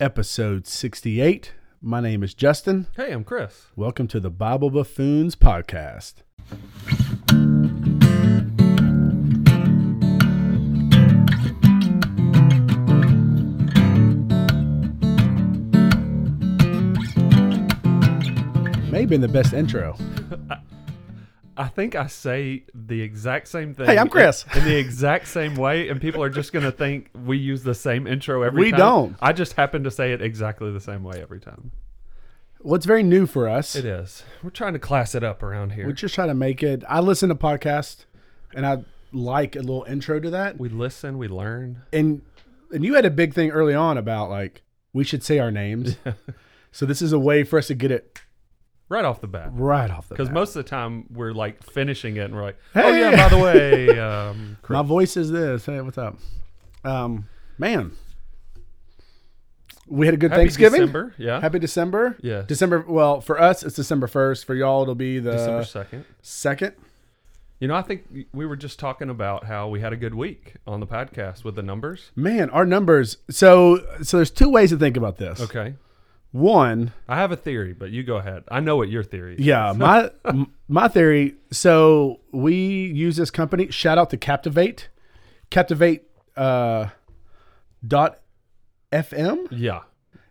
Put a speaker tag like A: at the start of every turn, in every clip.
A: episode 68. My name is Justin.
B: Hey, I'm Chris.
A: Welcome to the Bible Buffoons podcast. May have been the best intro.
B: I think I say the exact same thing.
A: Hey, I'm
B: in-
A: Chris.
B: In, the exact same way, and people are just going to think we use the same intro every
A: We
B: time.
A: don't.
B: I just happen to say it exactly the same way every time.
A: Well, it's very new for us.
B: It is. We're trying to class it up around here.
A: We're just trying to make it. I listen to podcasts and I like a little intro to that.
B: we listen, we learn.
A: and and you had a big thing early on about like we should say our names. so this is a way for us to get it
B: Right off the bat.
A: right off the
B: Because
A: bat.
B: most of the time we're like finishing it and we're like, oh,
A: Hey.
B: yeah, by the way, um, Chris.
A: my voice is this. Hey, what's up? Um, man, we had a good
B: Happy
A: Thanksgiving.
B: December. Yeah.
A: Happy December.
B: Yes.
A: December. Well, for us it's December first. For y'all, it'll be the
B: December 2nd.
A: second.
B: You know, I think we were just talking about how we had a good week on the podcast with the numbers.
A: Man, our numbers. So so there's two ways to think about this.
B: Okay.
A: One,
B: I have a theory, but you go ahead. I know what your theory is.
A: Yeah, my m- my theory. So we use this company. Shout out to Captivate, Captivate uh, dot FM.
B: Yeah.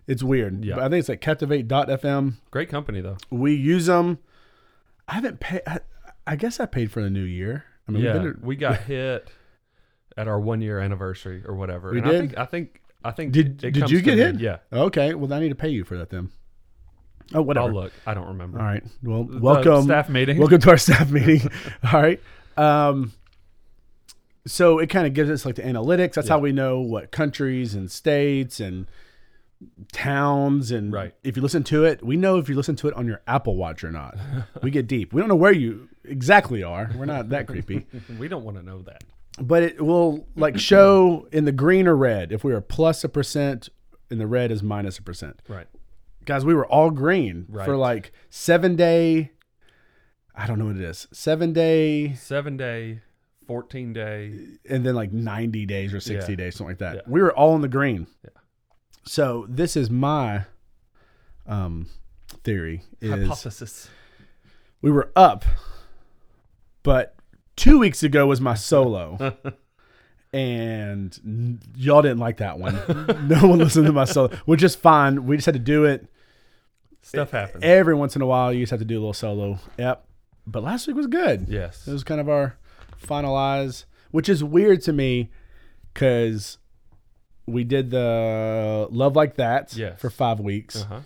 A: It's weird.
B: Yeah.
A: but I think it's like Captivate dot FM.
B: Great company though.
A: We use them. I haven't paid. I, I guess I paid for the new year. I mean, we've
B: Yeah.
A: been-
B: We got hit at our one year anniversary or whatever.
A: We
B: and
A: did?
B: I think I think I think
A: Did- did you
B: to
A: get
B: me.
A: hit?
B: Yeah.
A: okay. Well, I need to pay you for that then. Oh, whatever.
B: I'll look. I don't remember.
A: All right. Well,
B: The
A: welcome.
B: staff meeting.
A: Welcome to our staff meeting. All right. Um, so it kind of gives us like the analytics. That's how we know what countries and states and towns and
B: Right.
A: if you listen to it, we know if you listen to it on your Apple Watch or not. we get deep. We don't know where you exactly are. We're not that creepy,
B: We don't want to know that.
A: but it will like show in the green or red if we are plus a percent and the red is minus a percent
B: Right.
A: guys, we were all green
B: Right.
A: for like seven day. I don't know what it is. Seven day,
B: Seven day, fourteen day.
A: and then like ninety days or sixty
B: Yeah.
A: days, something like that.
B: Yeah.
A: We were all in the green.
B: Yeah.
A: So this is my um, theory: is
B: Hypothesis.
A: we were up, but two weeks ago was my solo. And n- y'all didn't like that one. no one listened to my solo, which is fine. We just had to do it.
B: Stuff happens.
A: every once in a while you just have to do a little solo. Yep. But last week was good.
B: yes.
A: It was kind of our finalize, which is weird to me because we did the Love Like That
B: Yes.
A: for five weeks.
B: Uh-huh. Mm-hmm.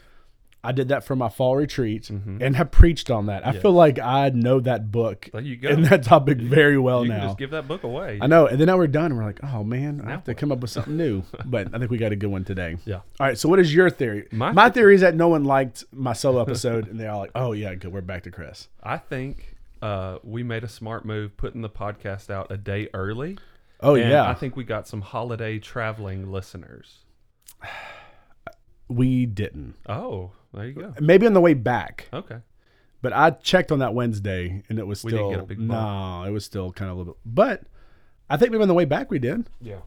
A: I did that for my fall retreat and I preached on that. I feel like I know that book
B: There you go.
A: and that topic very well
B: you can
A: now.
B: just give that book away.
A: I know. And then now we're done. We're like, oh man, I have to
B: what?
A: come up with something new. But I think we got a good one today.
B: Yeah.
A: All right. So what is your theory? My,
B: My-
A: theory is that no one liked my solo episode, and they're all like, "Oh yeah, good. We're back to Chris."
B: I think uh, we made a smart move putting the podcast out a day early.
A: Oh
B: and
A: yeah.
B: I think we got some holiday traveling listeners.
A: we didn't.
B: Oh, there you go.
A: Maybe on the way back,
B: Okay.
A: but I checked on that Wednesday, and it was
B: We didn't
A: still
B: get a big bump.
A: no. It was still kind of a little bit, but I think maybe on the way back we did.
B: Yeah.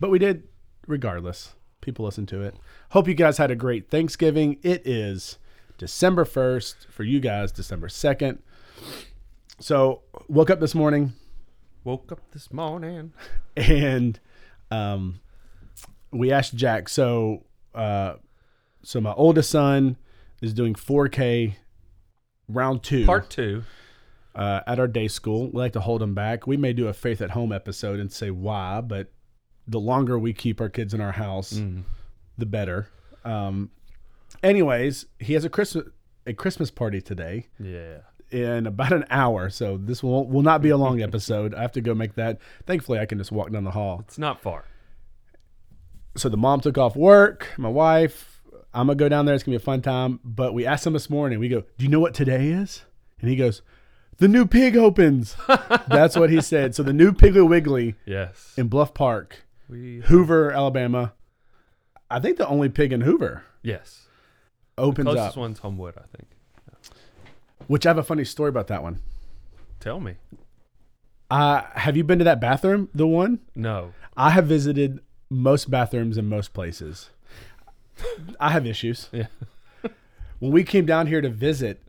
A: But we did regardless. People listen to it. Hope you guys had a great Thanksgiving. It is December 1st for you guys, December 2nd. So, woke up this morning
B: Woke up this morning.
A: and um, we asked Jack. So, uh, so my oldest son is doing 4K round two
B: Part two.
A: uh, at our day school. We like to hold them back. We may do a faith at home episode and say why, but the longer we keep our kids in our house, the better. Um, anyways, he has a Christmas a Christmas party today
B: Yeah.
A: in about an hour, so this will will not be a long episode. I have to go make that. Thankfully, I can just walk down the hall.
B: It's not far.
A: So the mom took off work. My wife. I'm gonna go down there. It's gonna be a fun time. But we asked him this morning. We go, "Do you know what today is?" And he goes, "The new pig opens." That's what he said. So the new Piggly Wiggly
B: Yes.
A: in Bluff Park,
B: we
A: Hoover, Alabama. I think the only pig in Hoover
B: yes.
A: opens
B: Closest
A: up.
B: one's Homewood, I think.
A: Which I have a funny story about that one.
B: Tell me.
A: Uh, have you been to that bathroom? The one
B: No.
A: I have visited most bathrooms in most places. I have issues.
B: Yeah.
A: when we came down here to visit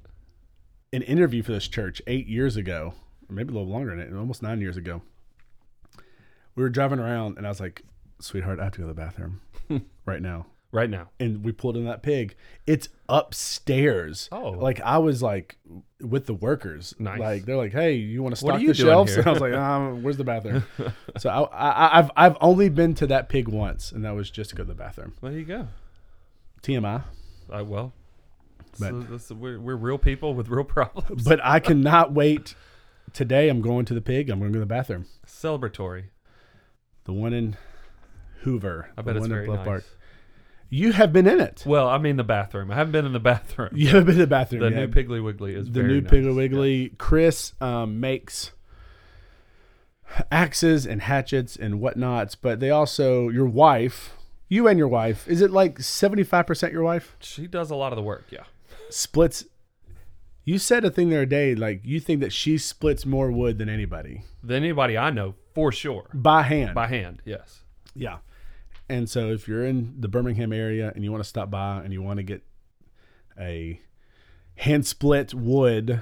A: an interview for this church eight years ago, or maybe a little longer than it, almost nine years ago, we were driving around and I was like, sweetheart, I have to go to the bathroom right now.
B: Right now.
A: And we pulled in that pig. It's upstairs.
B: Oh.
A: Like I was like with the workers.
B: Nice.
A: Like they're like, hey, you want to
B: What are
A: stock the
B: you doing
A: shelves?
B: here?
A: And I was like, um, where's the bathroom? so I, I, I've I've only been to that pig once, and that was just to go to the bathroom.
B: There you go.
A: TMI.
B: I, well,
A: But-
B: so that's- we're, we're real people with real problems.
A: But I cannot wait. Today I'm going to the pig. I'm going to go to the bathroom.
B: Celebratory.
A: The one in Hoover.
B: I
A: the
B: bet it's
A: one in
B: very
A: Bluff
B: nice.
A: Park. You have been in it.
B: Well, I mean the bathroom. I haven't been in the bathroom.
A: You have been to the bathroom.
B: The
A: yeah.
B: new Piggly Wiggly is
A: the
B: very
A: new
B: nice.
A: Piggly Wiggly. Chris um, makes axes and hatchets and whatnots, but they also your wife, you and your wife. Is it like seventy five percent your wife
B: She does a lot of the work. Yeah.
A: splits? You said a thing the other day, like you think that she splits more wood than anybody
B: Than anybody I know for sure.
A: by hand.
B: By hand. Yes.
A: Yeah. And so if you're in the Birmingham area and you want to stop by and you want to get a hand split wood,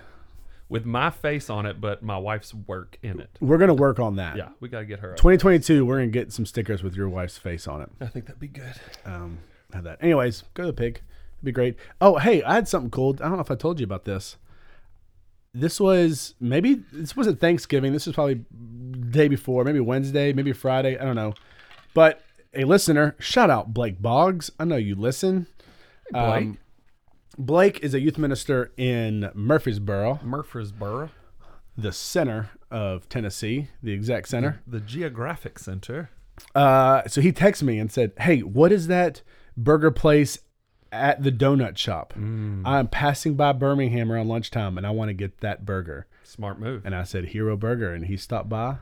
B: With my face on it, but my wife's work in it.
A: we're going to work on that.
B: Yeah. We gotta get her. Up.
A: 2022, we're going to get some stickers with your wife's face on it.
B: I think that'd be good.
A: Um, have that. Anyways, go to the pig. It'd be great. Oh, hey, I had something cool. I don't know if I told you about this. This was maybe this wasn't Thanksgiving. This was probably day before, maybe Wednesday, maybe Friday. I don't know. But a listener, shout out Blake Boggs. I know you listen.
B: Blake
A: Um, Blake is a youth minister in Murfreesboro,
B: Murfreesboro,
A: the center of Tennessee, the exact center.
B: the geographic center.
A: Uh, so he texted me and said, "Hey, what is that burger place at the donut shop? I'm passing by Birmingham around lunchtime, and I want to get that burger."
B: Smart move.
A: And I said, "Hero Burger," and he stopped by.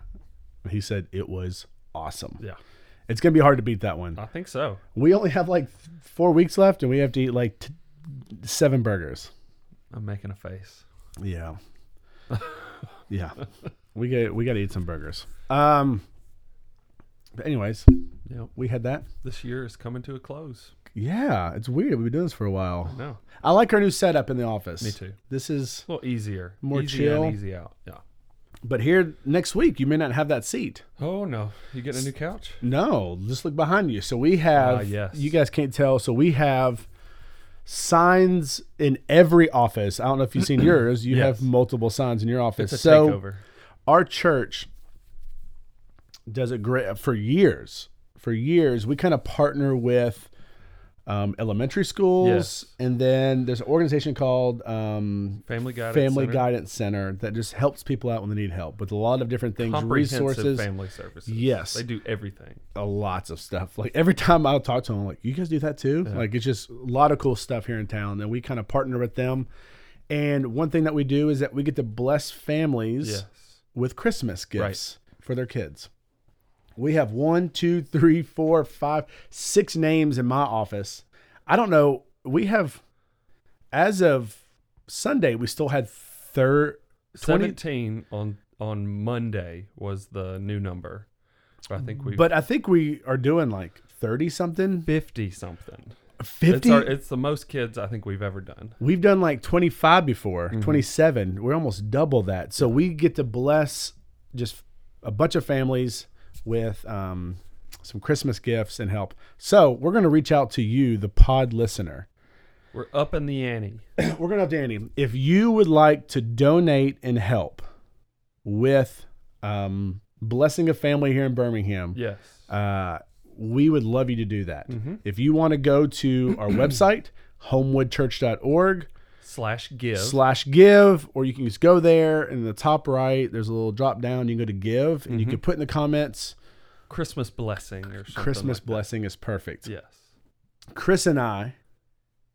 A: and He said it was awesome.
B: Yeah. Uh.
A: It's gonna be hard to beat that one.
B: I think so.
A: We only have like th- four weeks left, and we have to eat like t- seven burgers.
B: I'm making a face.
A: Yeah. yeah. We got we got to eat some burgers. Um but anyways,
B: Yep.
A: we had that.
B: This year is coming to a close.
A: Yeah, it's weird. We've been doing this for a while.
B: No.
A: I like our new setup in the office.
B: Me too.
A: This is
B: It's a little easier.
A: More
B: easy
A: chill.
B: In, easy out. Yeah.
A: but here next week you may not have that seat.
B: Oh no. You getting a new couch?
A: No, just look behind you. So we have
B: Ah, yes.
A: you guys can't tell, so we have signs in every office. I don't know if you've seen yours. You
B: Yes.
A: have multiple signs in your office.
B: It's a
A: so
B: takeover.
A: our church does it great for years. For years, we kind of partner with um, elementary schools,
B: Yes.
A: and then there's an organization called um,
B: Family guidance.
A: Family
B: center.
A: Guidance Center that just helps people out when they need help with a lot of different things,
B: Comprehensive
A: resources,
B: family services.
A: Yes.
B: They do everything.
A: uh, lots of stuff. Like every time I'll talk to them, I'm like, you guys do that too? Like it's just a lot of cool stuff here in town, and we kind of partner with them. And one thing that we do is that we get to bless families
B: Yes.
A: with Christmas gifts for their kids. We have one, two, three, four, five, six names in my office. I don't know. We have, as of Sunday, we still had third. 20
B: Seventeen on on Monday was the new number. But I think we
A: But I think we are doing like thirty something,
B: fifty something. It's
A: fifty.
B: our, it's the most kids I think we've ever done.
A: We've done like twenty five before,
B: Mm-hmm.
A: seven. We're almost double that. So we get to bless just a bunch of families with um, some Christmas gifts and help. So we're going to reach out to you, the pod listener.
B: We're up in the ante.
A: we're gonna have Danny. If you would like to donate and help with um, blessing a family here in Birmingham,
B: Yes.
A: uh, we would love you to do that.
B: Mm-hmm.
A: If you want to go to our website, homewoodchurch.org
B: Slash give.
A: slash give, or you can just go there in the top right, there's a little drop down, you can go to give, and you can put in the comments,
B: Christmas blessing or Mm-hmm. something.
A: Christmas
B: like
A: blessing is perfect.
B: that. Yes.
A: Chris and I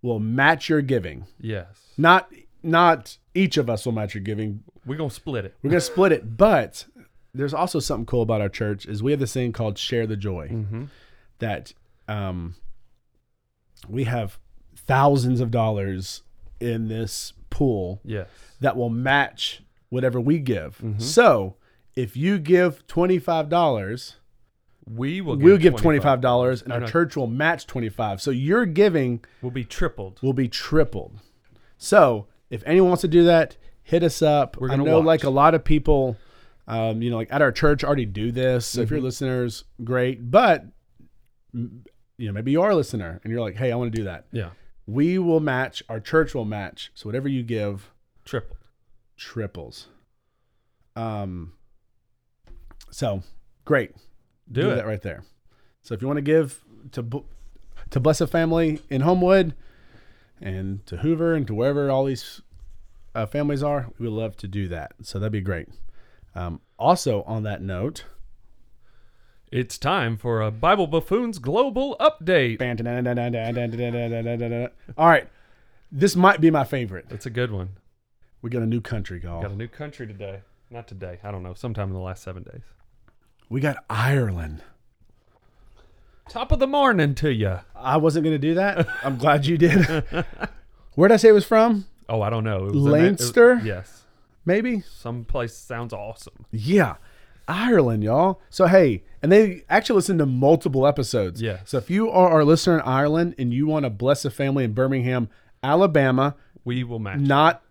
A: will match your giving.
B: Yes.
A: Not not each of us will match your giving,
B: We're gonna split it.
A: We're gonna split it, but there's also something cool about our church is we have this thing called Share the Joy
B: Mm-hmm.
A: that um, we have thousands of dollars in this pool
B: Yes.
A: that will match Mm-hmm. whatever we give. So if you give twenty five dollars,
B: We will give
A: We'll give
B: $25.
A: $25 and
B: No,
A: our
B: no.
A: church will match 25. So your giving
B: We'll be tripled.
A: will be tripled. So if anyone wants to do that, hit us up.
B: We're
A: I
B: gonna
A: know
B: watch.
A: like a lot of people, um, you know, like at our church already do this. So
B: Mm-hmm.
A: if you're listeners, great. But m- you know, maybe you are a listener and you're like, hey, I want to do that.
B: Yeah.
A: We will match. Our church will match. So whatever you give
B: Tripled.
A: triples. Um. So great.
B: Do,
A: Do
B: it.
A: that right there. So if you want to give to bu- to bless a family in Homewood and to Hoover and to wherever all these uh, families are, we would love to do that. So that'd be great. Um, also, on that note,
B: It's time for a Bible Buffoons Global Update.
A: all right, this might be my favorite.
B: That's a good one.
A: We got a new country, y'all.
B: Got a new country today. Not today. I don't know. Sometime in the last seven days.
A: we got Ireland.
B: Top of the morning to you.
A: I wasn't going to do that. I'm glad you did. Where'd I say it was from?
B: Oh, I don't know. It was in that- it was-
A: Leinster?
B: yes.
A: Maybe.
B: Someplace sounds awesome.
A: Yeah. Ireland, y'all. So hey, and they actually listen to multiple episodes.
B: Yeah.
A: So if you are our listener in Ireland and you want to bless a family in Birmingham, Alabama,
B: We will match.
A: not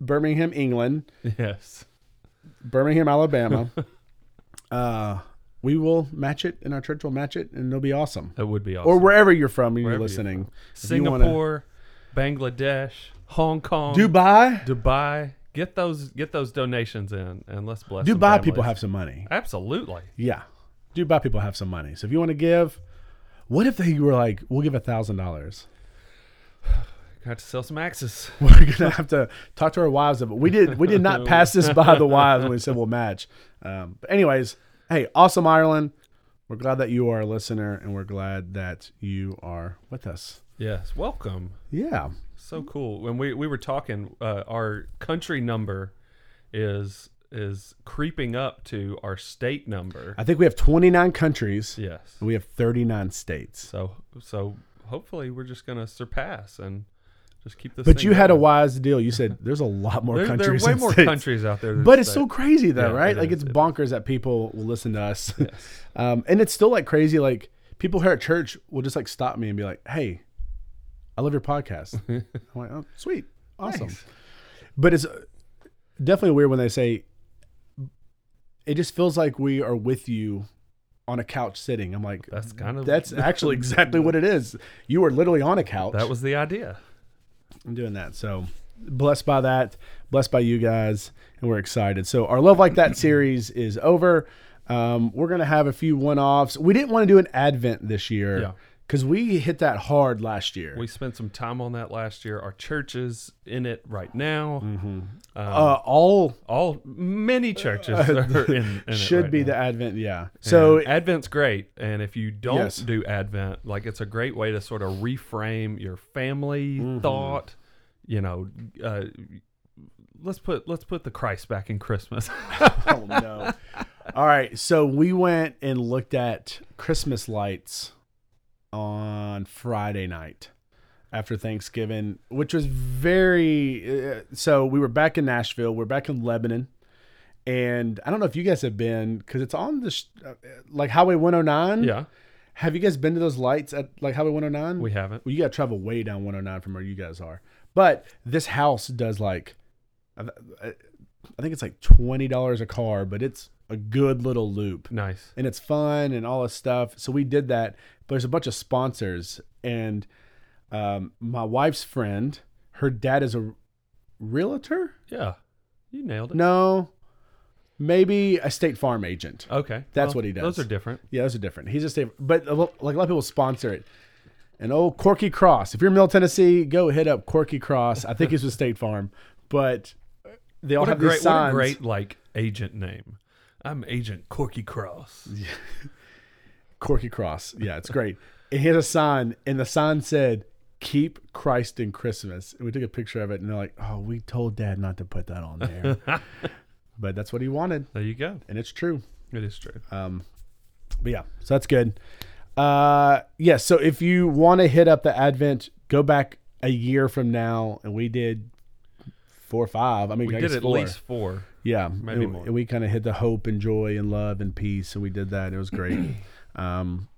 A: Birmingham, England,
B: Yes.
A: Birmingham, Alabama, uh, we will match it and our church will match it and it'll be awesome.
B: That would be awesome.
A: Or wherever you're from and you're
B: Wherever you're
A: listening. If you wanna-
B: Singapore, Bangladesh, Hong Kong,
A: Dubai.
B: Dubai. Get those get those donations in and let's bless. some
A: Dubai people
B: families.
A: have some money.
B: absolutely.
A: Yeah. Dubai people have some money. So if you want to give, what if they were like, we'll give a thousand dollars?
B: Got to sell some axes.
A: we're gonna have to talk to our wives about. We did we did not pass this by the wives when we said we'll match. Um, but anyways, hey, awesome Ireland. We're glad that you are a listener, and we're glad that you are with us.
B: Yes, welcome.
A: Yeah,
B: So cool. When we we were talking, uh, our country number is is creeping up to our state number.
A: I think we have 29 countries.
B: Yes.
A: And we have 39 states.
B: So so hopefully we're just gonna surpass and just keep this.
A: But
B: thing
A: you had a
B: going.
A: wise deal. You said there's a lot more
B: There, there
A: countries.
B: are way
A: than
B: more
A: states.
B: countries out there. than
A: But it's
B: states.
A: so crazy though,
B: Yeah,
A: right?
B: it
A: like
B: is.
A: it's bonkers that people will listen to us. um, and it's still like crazy. Like people here at church will just like stop me and be like, "Hey, I love your podcast." I'm like, "Oh, sweet, awesome."
B: Thanks.
A: But it's uh, definitely weird when they say. It just feels like we are with you on a couch sitting. I'm like,
B: That's kind of
A: that's actually exactly what it is. You are literally on a couch.
B: that was the idea.
A: I'm doing that. So blessed by that, blessed by you guys, and we're excited. So our Love Like That series is over. Um, we're gonna have a few one-offs. We didn't want to do an Advent this
B: Yeah.
A: year because we hit that hard last year.
B: We spent some time on that last year. Our church is in it right now.
A: uh, all
B: All many churches are in, in it
A: should
B: right
A: be
B: now.
A: the Advent, yeah.
B: So
A: So
B: Advent's great, and if you don't
A: Yes.
B: do Advent, like it's a great way to sort of reframe your family
A: Mm-hmm.
B: thought. You know, uh, let's put let's put the Christ back in Christmas.
A: oh no. All right, so we went and looked at Christmas lights on Friday night after Thanksgiving, which was very. Uh, so we were back in Nashville. We're back in Lebanon, and I don't know if you guys have been because it's on the sh- uh, like Highway 109.
B: yeah,
A: Have you guys been to those lights at like Highway 109?
B: we haven't.
A: Well, you got to travel way down 109 from where you guys are. But this house does like, I I think it's like twenty dollars a car, but it's a good little loop
B: Nice.
A: and it's fun and all this stuff. So we did that. But there's a bunch of sponsors, and um, my wife's friend, her dad is a realtor.
B: Yeah, you nailed it.
A: No, maybe a state farm agent.
B: Okay,
A: That's what he
B: Those
A: does.
B: are different.
A: Yeah, those are different. He's just a but a lo- like a lot of people sponsor it. And old Corky Cross, if you're in Middle Tennessee, go hit up Corky Cross. I think he's with State Farm, but they all
B: What a
A: have
B: great,
A: these
B: what a
A: signs.
B: great like agent name. I'm Agent Corky Cross.
A: Corky Cross, yeah, it's great. and he had a sign, and the sign said "Keep Christ in Christmas." And we took a picture of it, and they're like, "Oh, we told Dad not to put that on there," but that's what he wanted,
B: There you go.
A: and it's true.
B: It is true.
A: Uh, But yeah, so that's good. Uh yeah, so if you want to hit up the Advent, go back a year from now, and we did four or five. I mean,
B: we
A: I
B: did
A: guess
B: at
A: four.
B: least four.
A: yeah,
B: maybe
A: and,
B: more.
A: and we kind of hit the hope and joy and love and peace, and we did that. It was great. Um,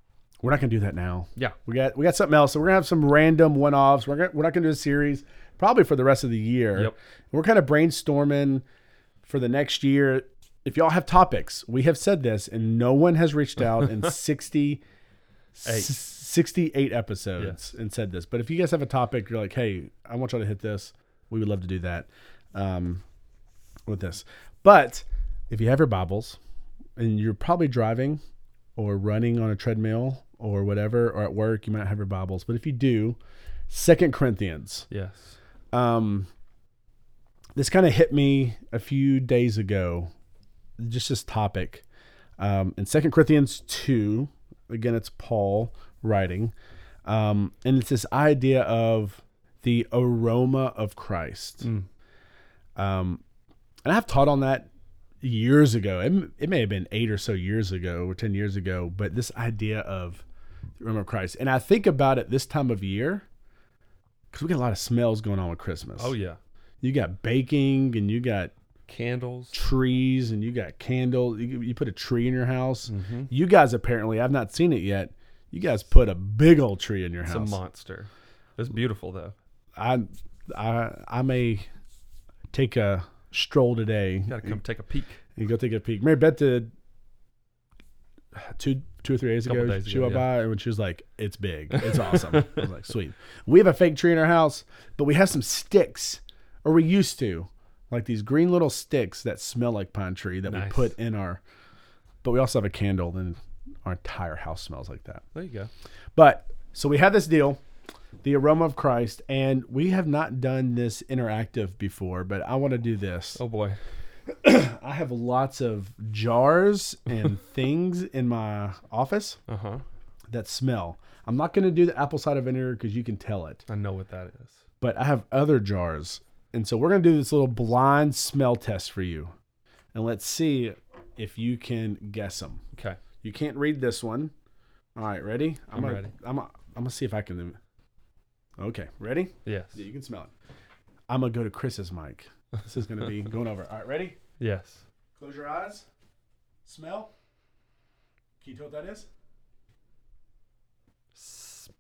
A: we're not gonna do that now.
B: Yeah.
A: We got we got something else. So we're gonna have some random one offs. We're gonna, we're not gonna do a series probably for the rest of the year.
B: Yep.
A: We're kind of brainstorming for the next year. If y'all have topics, we have said this, and no one has reached out in 60, s- 68 episodes and said this. But if you guys have a topic, you're like, hey, I want y'all to hit this. We would love to do that um, with this. But if you have your Bibles and you're probably driving or running on a treadmill or whatever, or at work, you might not have your Bibles. But if you do, Second Corinthians
B: Yes.
A: um, this kind of hit me a few days ago, just this topic. Um, in Second Corinthians 2, again, it's Paul writing, um, and it's this idea of the aroma of Christ.
B: Mm.
A: Um, and I've taught on that years ago. It, m- it may have been eight or so years ago, or 10 years ago, but this idea of the aroma of Christ. And I think about it this time of year because we get a lot of smells going on with Christmas.
B: Oh yeah.
A: You got baking and you got
B: Candles.
A: trees and you got candles. You, you put a tree in your house.
B: Mm-hmm.
A: You guys apparently, I've not seen it yet. You guys put a big old tree in your
B: It's a
A: house.
B: monster. It's beautiful though.
A: I, I, I may take a stroll today
B: You gotta come take a peek.
A: and go take a peek. Mary Beth did two, two or three days
B: Couple
A: ago.
B: days
A: she
B: ago,
A: went
B: yeah.
A: by and when she was like, "It's big, it's awesome." I was like, "Sweet." We have a fake tree in our house, but we have some sticks, or we used to, like these green little sticks that smell like pine tree that we
B: Nice.
A: put in our. But we also have a candle, and our entire house smells like that.
B: There you go.
A: But so we have this deal, the aroma of Christ, and we have not done this interactive before, but I want to do this.
B: Oh boy.
A: I have lots of jars and things in my office
B: Uh huh.
A: that smell. I'm not going to do the apple cider vinegar because you can tell it,
B: I know what that is.
A: but I have other jars. And so we're going to do this little blind smell test for you. And let's see if you can guess them.
B: Okay.
A: You can't read this one. All right, ready?
B: I'm
A: gonna,
B: ready.
A: I'm, gonna- I'm going to see if I can. Okay, ready?
B: Yes.
A: Yeah, you can smell it. I'm going to go to Chris's mic. This is going to be going over. All right, ready?
B: Yes.
A: Close your eyes. Smell. Can you tell what that is?
B: S-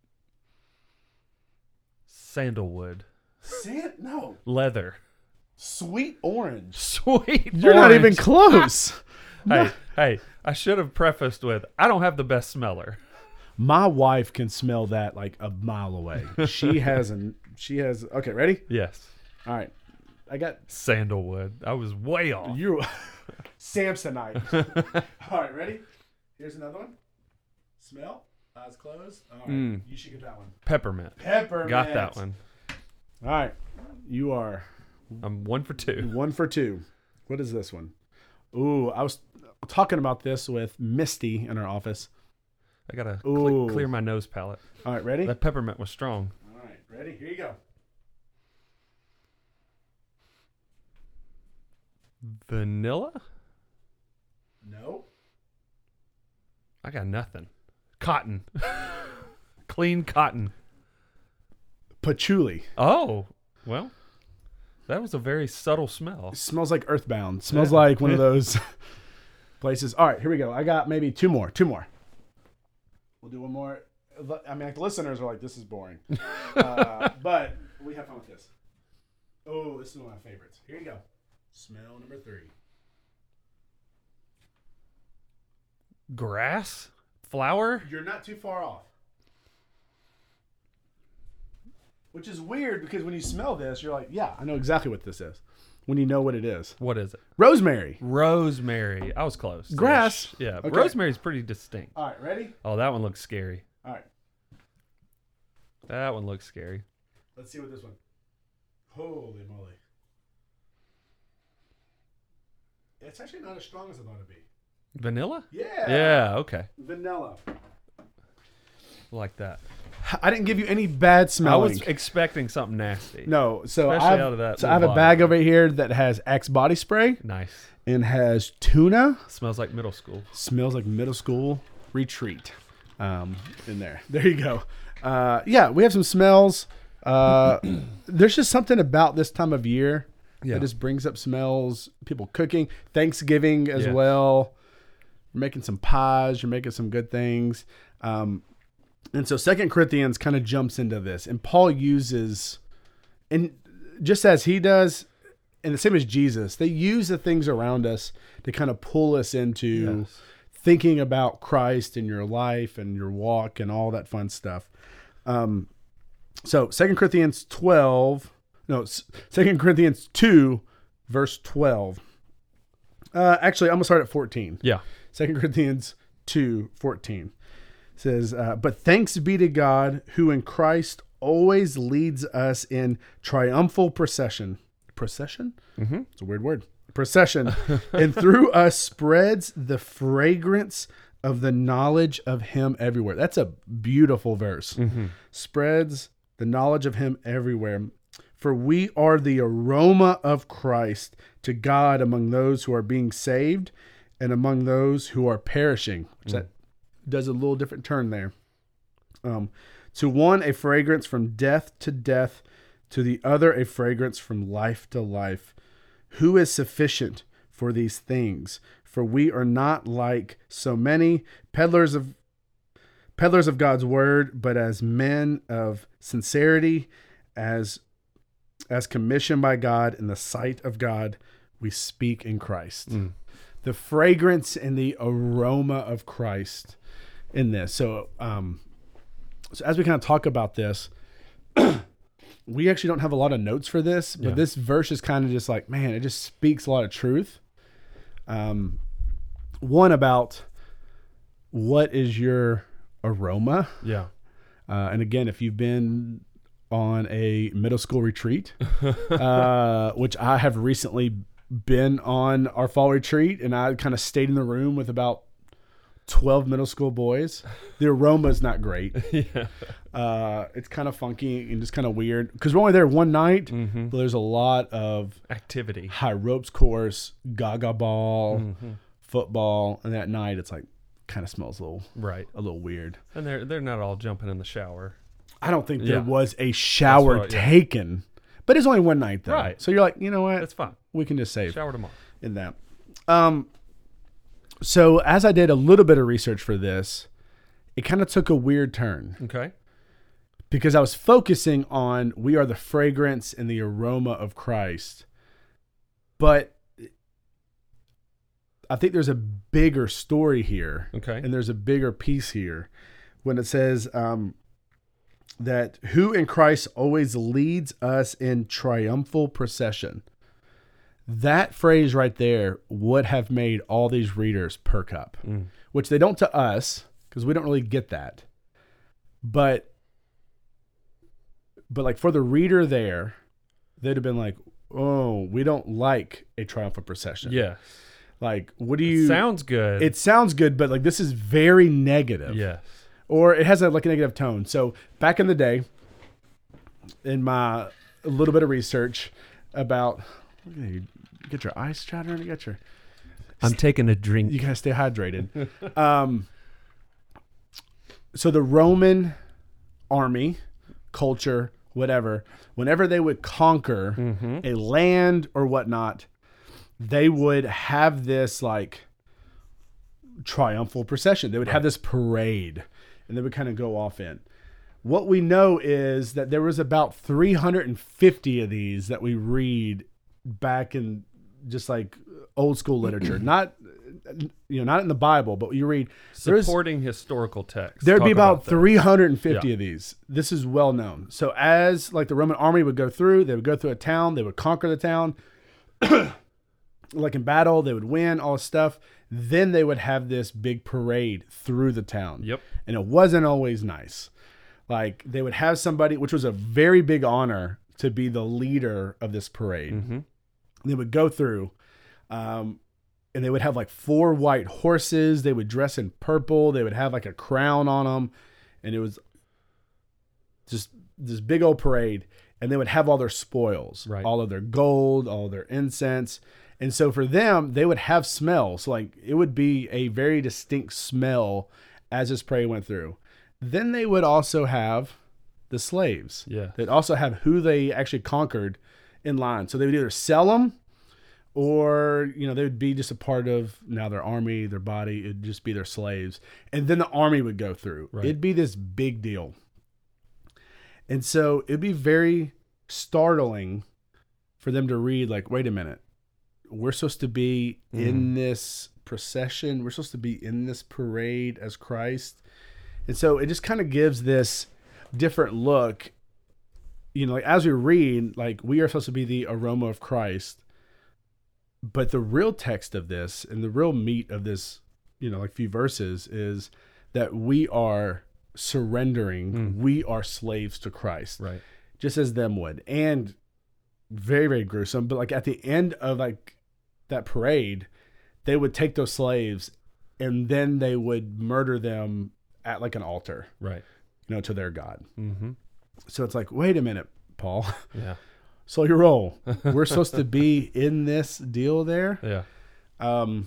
B: sandalwood.
A: Sand? No.
B: Leather.
A: Sweet orange.
B: Sweet.
A: You're not even
B: orange.
A: close.
B: Hey, hey, I should have prefaced with I don't have the best smeller.
A: My wife can smell that like a mile away. She has an. She has. Okay, ready?
B: Yes.
A: All right. I got
B: Sandalwood. I was way off.
A: you. Samsonite. All right, ready? Here's another one. Smell. Eyes closed. All right.
B: Mm.
A: You should get that one.
B: Peppermint.
A: Peppermint.
B: Got that one.
A: All right. You are
B: I'm one for two.
A: One for two. What is this one? Ooh, I was talking about this with Misty in our office.
B: I gotta
A: Ooh.
B: cle clear my nose palate.
A: All right, ready? All
B: That peppermint was strong.
A: right, ready? Here you go.
B: Vanilla?
A: No.
B: I got nothing. Cotton. Clean cotton.
A: Patchouli.
B: Oh, well, that was a very subtle smell.
A: It smells like earthbound. Smells
B: Yeah.
A: like one of those places. All right, here we go. I got maybe two more. Two more. We'll do one more. I mean, like, the listeners are like, this is boring. uh, but we have fun with this. Oh, this is one of my favorites. Here you go. Smell number three.
B: Grass? Flower?
A: You're not too far off. Which is weird because when you smell this, you're like, yeah, I know exactly what this is. When you know what it is.
B: What is it?
A: Rosemary.
B: Rosemary. I was close.
A: Grass.
B: Yeah.
A: Okay.
B: Rosemary's pretty distinct.
A: All right, ready?
B: Oh, that one looks scary.
A: All right,
B: That one looks scary.
A: let's see what this one. Holy moly. It's actually not as strong as I thought it'd be.
B: Vanilla?
A: Yeah.
B: Yeah, okay.
A: Vanilla.
B: Like that.
A: I didn't give you any bad
B: I
A: smelling.
B: was expecting something nasty.
A: no, so,
B: Especially
A: I've,
B: out of that
A: so I have a
B: little
A: bag
B: bottle.
A: over here that has Axe body spray
B: Nice.
A: and has tuna.
B: Smells like middle school.
A: smells like middle school retreat um, in there. There you go. Uh, yeah, we have some smells. Uh, there's just something about this time of year
B: Yeah.
A: that just brings up smells. People cooking, Thanksgiving as
B: Yes.
A: well. You're making some pies. You're making some good things. Um, and so Second Corinthians kind of jumps into this, and Paul uses, and just as he does, and the same as Jesus, they use the things around us to kind of pull us into
B: Yes.
A: thinking about Christ and your life and your walk and all that fun stuff. Um, so Second Corinthians 12, no, Second Corinthians 2, verse 12. Uh, actually, I'm going to start at 14.
B: Yeah.
A: 2 Corinthians 2 14 says, uh, But thanks be to God who in Christ always leads us in triumphal procession. Procession? Mm-hmm. It's a weird word. Procession. and through us spreads the fragrance of the knowledge of Him everywhere. That's a beautiful verse. Spreads the knowledge of Him everywhere. For we are the aroma of Christ to God among those who are being saved and among those who are perishing. Which that does a little different turn there. Um, to one, a fragrance from death to death, to the other, a fragrance from life to life. Who is sufficient for these things? For we are not like so many peddlers of peddlers of God's word, but as men of sincerity, as as commissioned by God in the sight of God, we speak in Christ. The fragrance and the aroma of Christ in this. So, um, so as we kind of talk about this, we actually don't have a lot of notes for this, but
B: Yeah.
A: this verse is kind of just like, man, it just speaks a lot of truth. Um, one about what is your aroma?
B: Yeah.
A: Uh, and again, if you've been on a middle school retreat, uh, which I have recently been on our fall retreat, and I kind of stayed in the room with about 12 middle school boys, the aroma is not great.
B: Yeah.
A: Uh, it's kind of funky and just kind of weird because we're only there one night, but there's a lot of
B: Activity.
A: high ropes course, gaga ball, football, and that night it's like kind of smells a little,
B: Right.
A: a little weird.
B: And they're they're not all jumping in the shower.
A: I don't think there
B: Yeah.
A: was a shower
B: right, yeah.
A: taken, but it's only one night though.
B: Right.
A: So you're like, you know what?
B: That's fine.
A: we can just save
B: Shower tomorrow.
A: in that. Um, so as I did a little bit of research for this, it kind of took a weird turn
B: Okay.
A: because I was focusing on we are the fragrance and the aroma of Christ, but I think there's a bigger story here
B: Okay.
A: and there's a bigger piece here when it says um, that who in Christ always leads us in triumphal procession. That phrase right there would have made all these readers perk up,
B: Mm.
A: which they don't to us because we don't really get that. But, but like for the reader there, they'd have been like, "Oh, we don't like a triumphal procession.
B: Yes.
A: Like, what do you?
B: Sounds good.
A: it sounds good, but like this is very negative,
B: yes.
A: or it has a, like a negative tone. So back in the day, in my a little bit of research about, look at you, get your eyes chattering, you got your,
B: I'm taking a drink.
A: you gotta stay hydrated. um, so the Roman army, culture, whatever, whenever they would conquer a land or whatnot, they would have this like triumphal procession. They would have this parade and they would kind of go off in. What we know is that there was about 350 of these that we read back in just like old school literature, not you know, not in the Bible, but you read there is-
B: Supporting historical text.
A: There'd
B: Talk
A: be about,
B: that.
A: 350
B: Yeah.
A: of these. This is well known. So as like the Roman army would go through, they would go through a town, they would conquer the town. like in battle, they would win all this stuff. Then they would have this big parade through the town.
B: Yep.
A: And it wasn't always nice. Like they would have somebody, which was a very big honor to be the leader of this parade.
B: Mm-hmm.
A: They would go through um, and they would have like four white horses. They would dress in purple. They would have like a crown on them, and it was just this big old parade. And they would have all their spoils,
B: Right.
A: all of their gold, all their incense. And so for them, they would have smells. Like it would be a very distinct smell as this parade went through. Then they would also have the slaves.
B: Yeah.
A: They'd also have who they actually conquered in line. So they would either sell them or you know they would be just a part of now their army, their body. It'd just be their slaves, and then the army would go through.
B: Right.
A: It'd be this big deal, and so it'd be very startling for them to read like, wait a minute, we're supposed to be in this procession. We're supposed to be in this parade as Christ, and so it just kind of gives this different look. You know, like as we read, like we are supposed to be the aroma of Christ but the real text of this and the real meat of this you know like few verses is that we are surrendering we are slaves to christ
B: Right.
A: just as them would and very very gruesome but like at the end of like that parade they would take those slaves and then they would murder them at like an altar
B: Right.
A: you know to their god
B: Mm-hmm.
A: so it's like wait a minute paul
B: Yeah.
A: slow your roll we're supposed to be in this deal there
B: Yeah.
A: um,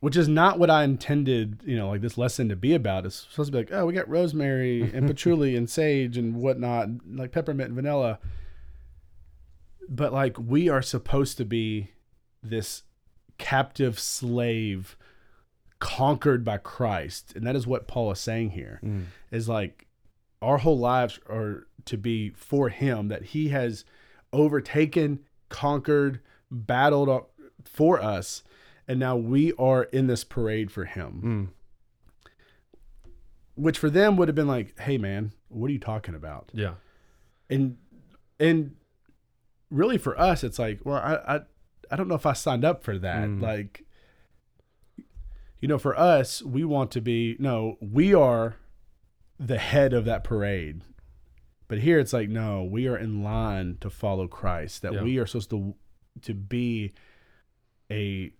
A: which is not what I intended, you know, like this lesson to be about. It's supposed to be like, oh, we got rosemary and patchouli and sage and whatnot, like peppermint and vanilla. But like, we are supposed to be this captive slave conquered by Christ. And that is what Paul is saying here
B: Mm.
A: is like our whole lives are to be for him that he has overtaken conquered battled o- for us and now we are in this parade for him
B: Mm.
A: which for them would have been like hey man what are you talking about
B: Yeah.
A: and and really for us it's like well i i, I don't know if i signed up for that
B: Mm.
A: like you know for us we want to be no we are the head of that parade but here it's like no we are in line to follow christ that
B: Yeah.
A: we are supposed to to be a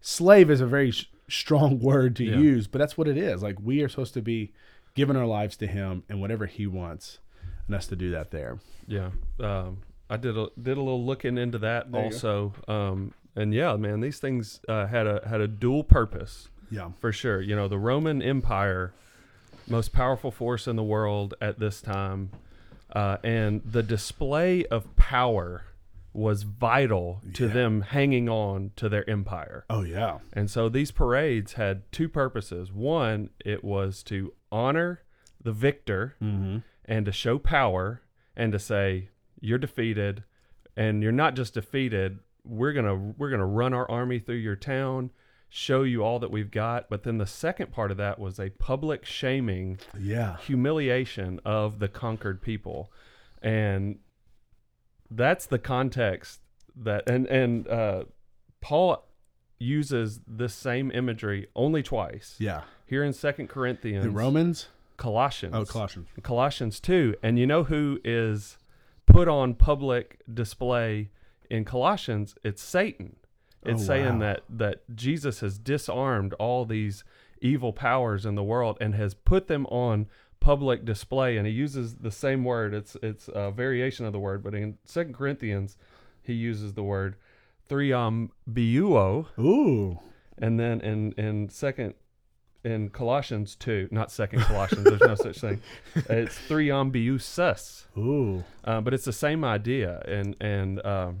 A: slave is a very sh- strong word to
B: Yeah.
A: use but that's what it is like we are supposed to be giving our lives to him and whatever he wants and us to do that there
B: Yeah. Um, I did a did a little looking into that
A: There you go.
B: also. Um, and yeah, man, these things uh, had a had a dual purpose.
A: yeah
B: for sure. You know, the Roman Empire, most powerful force in the world at this time, uh, and the display of power was vital to
A: Yeah.
B: them hanging on to their empire.
A: oh yeah
B: And so these parades had two purposes. One, it was to honor the victor
A: mm-hmm.
B: and to show power and to say you're defeated and you're not just defeated we're going to we're going to run our army through your town show you all that we've got but then the second part of that was a public shaming
A: yeah
B: humiliation of the conquered people and that's the context that and and uh paul uses this same imagery only twice
A: yeah
B: here in second corinthians
A: the romans
B: colossians
A: oh colossians
B: Colossians 2. And you know who is put on public display in Colossians? It's Satan. It's
A: Oh, wow.
B: saying that that Jesus has disarmed all these evil powers in the world and has put them on public display. And he uses the same word. It's it's a variation of the word, but in Second Corinthians, he uses the word triumbiuo.
A: ooh
B: And then in in second in Colossians two, not second Colossians. there's no such thing. It's three ambiuses,
A: ooh
B: uh, but it's the same idea, and and um,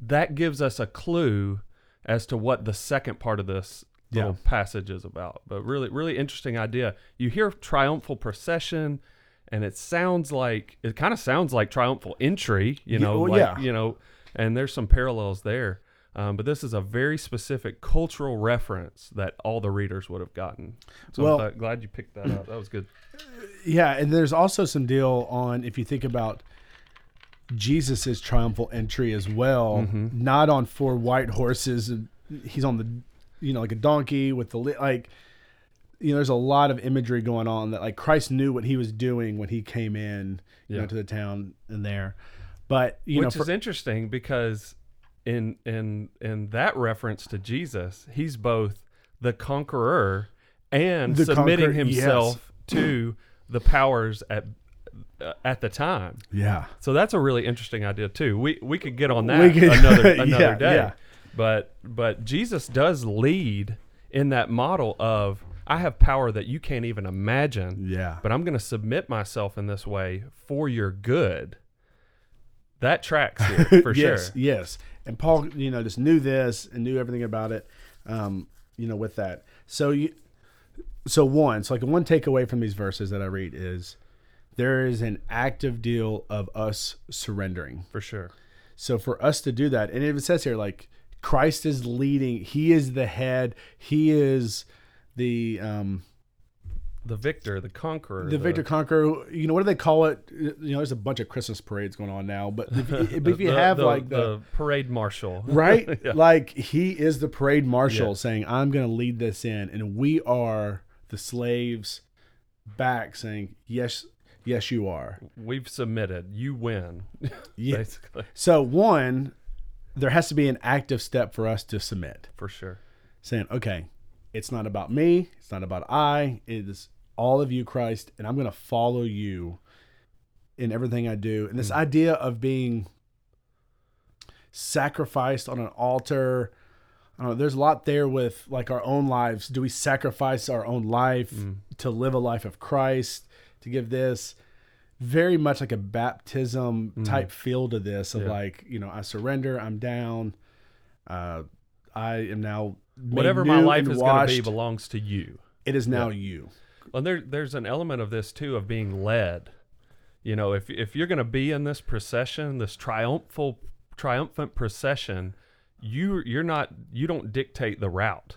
B: that gives us a clue as to what the second part of this
A: Yeah.
B: little passage is about. But really, really interesting idea. You hear triumphal procession. And it sounds like it kind of sounds like triumphal entry, you
A: Ye-
B: know,
A: well,
B: like,
A: yeah.
B: you know, and there's some parallels there. Um, but this is a very specific cultural reference that all the readers would have gotten. So
A: Well-
B: I'm glad- glad you picked that up. That was good.
A: Yeah, and there's also some deal on if you think about Jesus's triumphal entry as well,
B: Mm-hmm.
A: not on four white horses. and He's on the, you know, like a donkey with the li- like. You know, there's a lot of imagery going on that like Christ knew what he was doing when he came in, you know,
B: Yeah.
A: to the town and there. But you know,
B: Which
A: for,
B: is interesting because in in in that reference to Jesus, he's both the conqueror and
A: The
B: submitting
A: conquer- yes.
B: himself to the powers at uh, at the time.
A: yeah,
B: So that's a really interesting idea too. We we could get on that
A: We could-
B: another
A: yeah,
B: another day.
A: yeah.
B: But but Jesus does lead in that model of I have power that you can't even imagine,
A: yeah,
B: but I'm going to submit myself in this way for your good. That tracks here for
A: yes,
B: sure.
A: yes. And Paul, you know, just knew this and knew everything about it. Um, you know, with that. So you, so one, so like one takeaway from these verses that I read is there is an active deal of us surrendering.
B: For sure.
A: So for us to do that, and it says here like Christ is leading. He is the head. He is the um
B: The victor, the conqueror.
A: the victor conqueror you know what do they call it you know there's a bunch of christmas parades going on now but if, if, if you
B: the-
A: have
B: the-
A: like the,
B: the parade marshal.
A: right? Like he is the parade marshal saying, "I'm going to lead this in," and we are the slaves back saying, "Yes, yes, you are."
B: We've submitted. You win.
A: Yeah.
B: Basically.
A: So one, there has to be an active step for us to submit,
B: For sure.
A: saying, "Okay, it's not about me. It's not about I. It is all of you, Christ, and I'm going to follow you in everything I do." And this
B: Hmm.
A: idea of being sacrificed on an altar. I don't know. There's a lot there with like our own lives. Do we sacrifice our own life
B: Hmm.
A: to live a life of Christ? To give this very much like a baptism type feel to this of
B: Hmm. Yeah.
A: like you know I surrender. I'm down. Uh, I am now made
B: Whatever my
A: new
B: life
A: and
B: is going to be
A: washed.
B: belongs to you.
A: It is now you.
B: And there, there's an element of this too of being led. You know, if if you're going to be in this procession, this triumphal, triumphant procession, you you're not you don't dictate the route.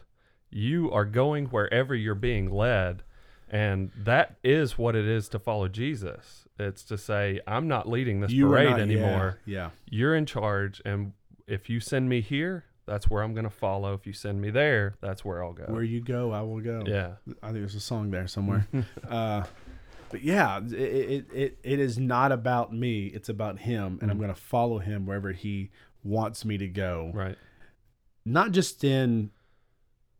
B: You are going wherever you're being led, and that is what it is to follow Jesus. It's to say, I'm not leading this
A: You are
B: parade
A: not- yeah,
B: anymore.
A: Yeah.
B: You're in charge, and if you send me here, that's where I'm going to follow. If you send me there, that's where I'll go.
A: Where you go, I will go.
B: yeah.
A: I think there's a song there somewhere. uh, but yeah, it, it, it, it is not about me. It's about him. And I'm going to follow him wherever he wants me to go.
B: Right.
A: Not just in,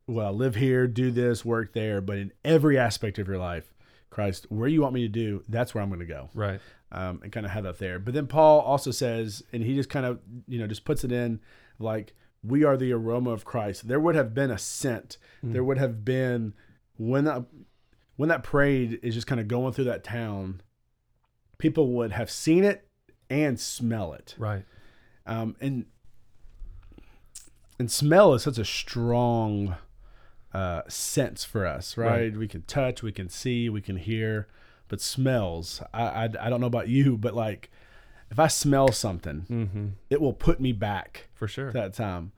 A: well, live here, do this, work there, but in every aspect of your life. Christ, where you want me to do, that's where I'm going to go
B: Right.
A: um, and kind of have that there. But then Paul also says, and he just kind of, you know, just puts it in like, we are the aroma of Christ. There would have been a scent. There would have been when that when that parade is just kind of going through that town, people would have seen it and smell it.
B: Right.
A: Um, and and smell is such a strong uh, sense for us, right?
B: Right.
A: We can touch, we can see, we can hear, but smells. I I, I don't know about you, but like if I smell something,
B: Mm-hmm.
A: it will put me back
B: For sure.
A: to that time.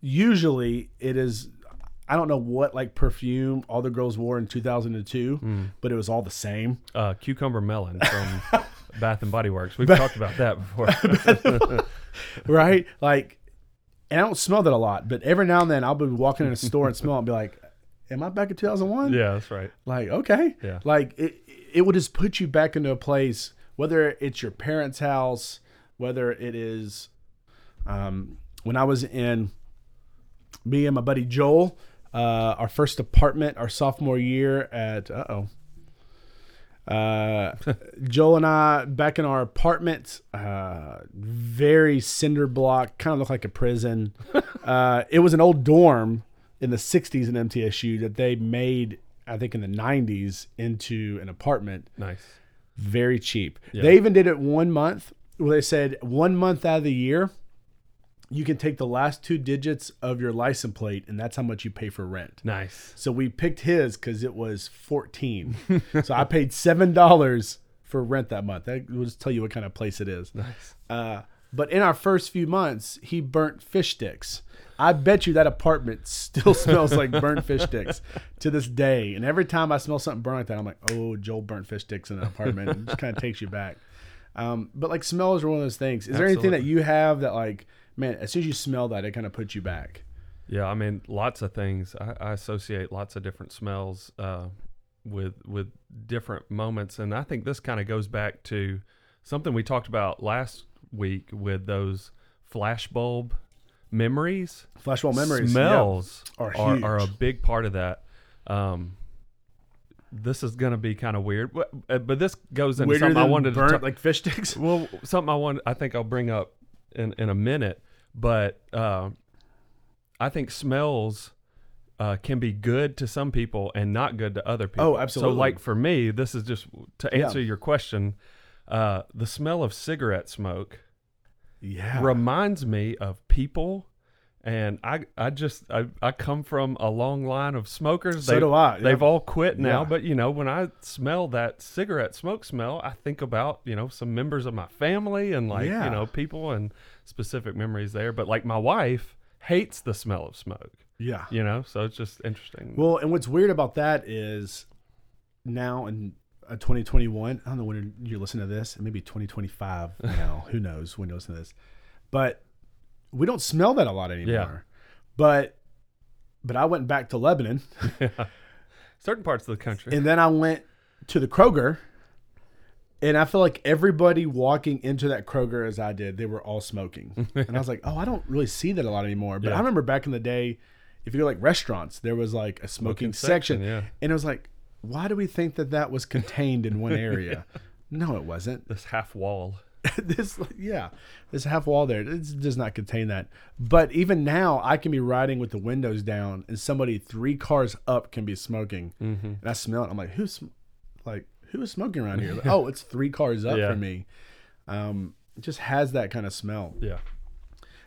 A: Usually, it is. I don't know what like perfume all the girls wore in 2002, but it was all the same.
B: Uh, cucumber melon from Bath and Body Works. We've talked about that before.
A: right? Like, and I don't smell that a lot, but every now and then I'll be walking in a store and smell it and be like, "Am I back in 2001?"
B: yeah, that's right.
A: Like, okay,
B: Yeah.
A: Like it, it will just put you back into a place, whether it's your parents' house, whether it is, um, when I was in, me and my buddy Joel, uh, our first apartment, our sophomore year at, uh oh. Uh, Joel and I back in our apartment, uh, very cinder block, kind of looked like a prison. uh, it was an old dorm in the 60s in MTSU that they made, I think, in the 90s into an apartment
B: Nice.
A: very cheap. They even did it one month where they said one month out of the year, you can take the last two digits of your license plate, and that's how much you pay for rent.
B: Nice.
A: So we picked his because it was 14. so I paid $7 for rent that month. That will just tell you what kind of place it is.
B: Nice.
A: Uh, but in our first few months, he burnt fish sticks. I bet you that apartment still smells like burnt fish sticks to this day. And every time I smell something burnt like that, I'm like, oh, Joel burnt fish sticks in an apartment. It just kind of takes you back. Um, but like smells are one of those things. Is there anything that you have that like, man, as soon as you smell that, it kind of puts you back?
B: Yeah, I mean, lots of things. I, I associate lots of different smells uh, with with different moments, and I think this kind of goes back to something we talked about last week with those flashbulb memories.
A: Flashball memories. yeah.
B: smells
A: Are
B: are, are a
A: huge.
B: big part of that. Um, this is going to be kind of weird, but, uh, but this goes into
A: Weirder
B: something I
A: than
B: wanted
A: burnt
B: to talk.
A: like fish sticks.
B: well, something I want. I think I'll bring up in in a minute, but uh, I think smells. Uh, can be good to some people and not good to other people.
A: Oh, absolutely.
B: So, like for me, this is just to answer your question. Uh, the smell of cigarette smoke
A: Yeah.
B: reminds me of people. And I, I just, I, I come from a long line of smokers.
A: So do I, yeah.
B: They've all quit now.
A: Yeah.
B: But, you know, when I smell that cigarette smoke smell, I think about, you know, some members of my family and like,
A: Yeah.
B: you know, people and specific memories there. But like my wife hates the smell of smoke,
A: yeah.
B: you know? So it's just interesting.
A: Well, and what's weird about that is now in uh, 2021, I don't know when you listen to this, maybe 2025 now, who knows when you listen to this, but we don't smell that a lot anymore. But but I went back to Lebanon
B: Certain parts of the country.
A: and then I went to the Kroger and I feel like everybody walking into that Kroger as I did, they were all smoking. and I was like, oh, I don't really see that a lot anymore. But I
B: Yeah.
A: remember back in the day, if you go like restaurants, there was like a smoking,
B: Smoking
A: section.
B: section, yeah.
A: And it was like, why do we think that that was contained in one area? No, it wasn't.
B: this half wall.
A: this, yeah, this half wall there, it does not contain that. But even now, I can be riding with the windows down, and somebody three cars up can be smoking, and I smell it. I'm like, who's, sm- like, who is smoking around here? Like, oh, it's three cars up
B: Yeah.
A: from me. Um, it just has that kind of smell
B: Yeah.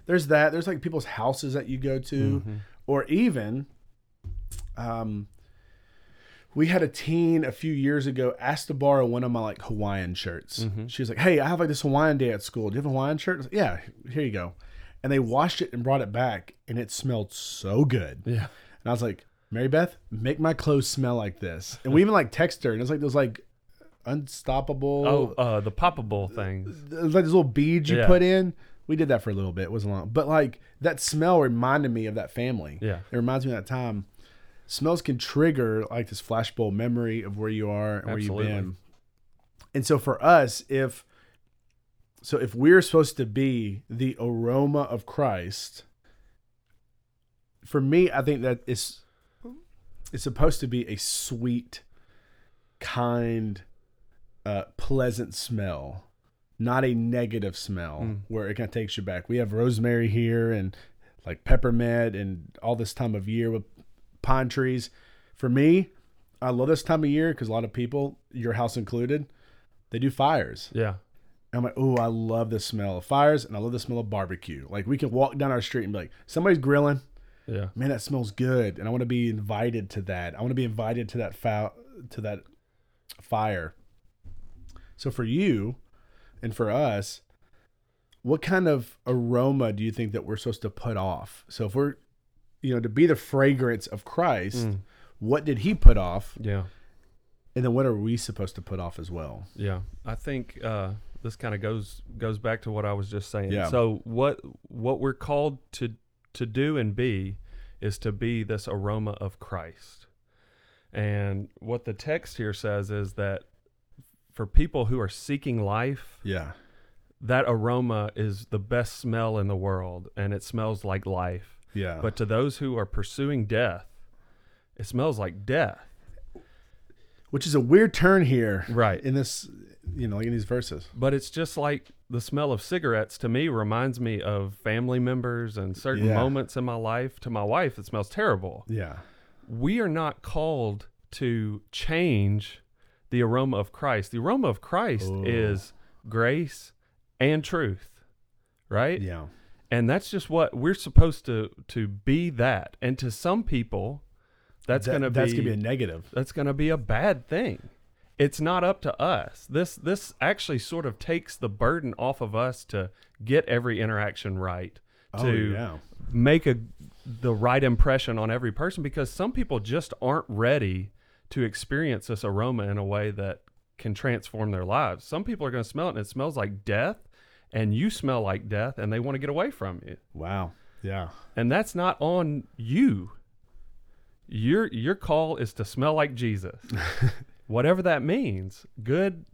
A: there's that there's like people's houses that you go to
B: Mm-hmm.
A: or even um we had a teen a few years ago asked to borrow one of my like hawaiian shirts
B: Mm-hmm.
A: she was like hey i have like this hawaiian day at school do you have a hawaiian shirt I was like, yeah here you go and they washed it and brought it back and it smelled so good
B: Yeah.
A: and i was like mary beth make my clothes smell like this and we even like text her and it's like those like unstoppable
B: Oh, uh, the poppable things.
A: th- like those little beads you
B: Yeah.
A: put in. We did that for a little bit. It wasn't long, but like that smell reminded me of that family.
B: Yeah.
A: it reminds me of that time. Smells can trigger like this flashbulb memory of where you are and where
B: Absolutely.
A: you've been. And so for us, if so, if we're supposed to be the aroma of Christ, for me, I think that it's it's supposed to be a sweet, kind, uh, pleasant smell, not a negative smell where it kind of takes you back. We have rosemary here and like peppermint and all this time of year with pine trees. For me, I love this time of year because a lot of people, your house included, they do fires.
B: Yeah.
A: And I'm like, oh, I love the smell of fires and I love the smell of barbecue. Like we can walk down our street and be like, somebody's grilling
B: Yeah.
A: man, that smells good, and I want to be invited to that. I want to be invited to that fa- to that fire. So for you, and for us, what kind of aroma do you think that we're supposed to put off? So if we're, you know, to be the fragrance of Christ, what did He put off,
B: Yeah.
A: and then what are we supposed to put off as well?
B: Yeah. I think uh, this kind of goes goes back to what I was just saying.
A: Yeah.
B: So what what we're called to to do and be is to be this aroma of Christ. And what the text here says is that for people who are seeking life,
A: Yeah,
B: that aroma is the best smell in the world and it smells like life.
A: yeah.
B: But to those who are pursuing death, it smells like death.
A: Which is a weird turn here,
B: Right.
A: In this, you know, like in these verses.
B: But it's just like the smell of cigarettes to me reminds me of family members and certain
A: Yeah.
B: moments in my life. To my wife, it smells terrible.
A: Yeah,
B: We are not called to change the aroma of Christ. The aroma of Christ
A: Oh.
B: is grace and truth, right?
A: yeah,
B: And that's just what we're supposed to to be that. And to some people, that's
A: That-
B: going to be
A: that's gonna be a negative.
B: that's going to be a bad thing. It's not up to us. This this actually sort of takes the burden off of us to get every interaction right,
A: Oh,
B: to
A: yeah.
B: make a the right impression on every person because some people just aren't ready to experience this aroma in a way that can transform their lives. Some people are going to smell it and it smells like death and you smell like death and they want to get away from you
A: Wow. Yeah.
B: and that's not on you. Your your call is to smell like Jesus. Whatever that means, good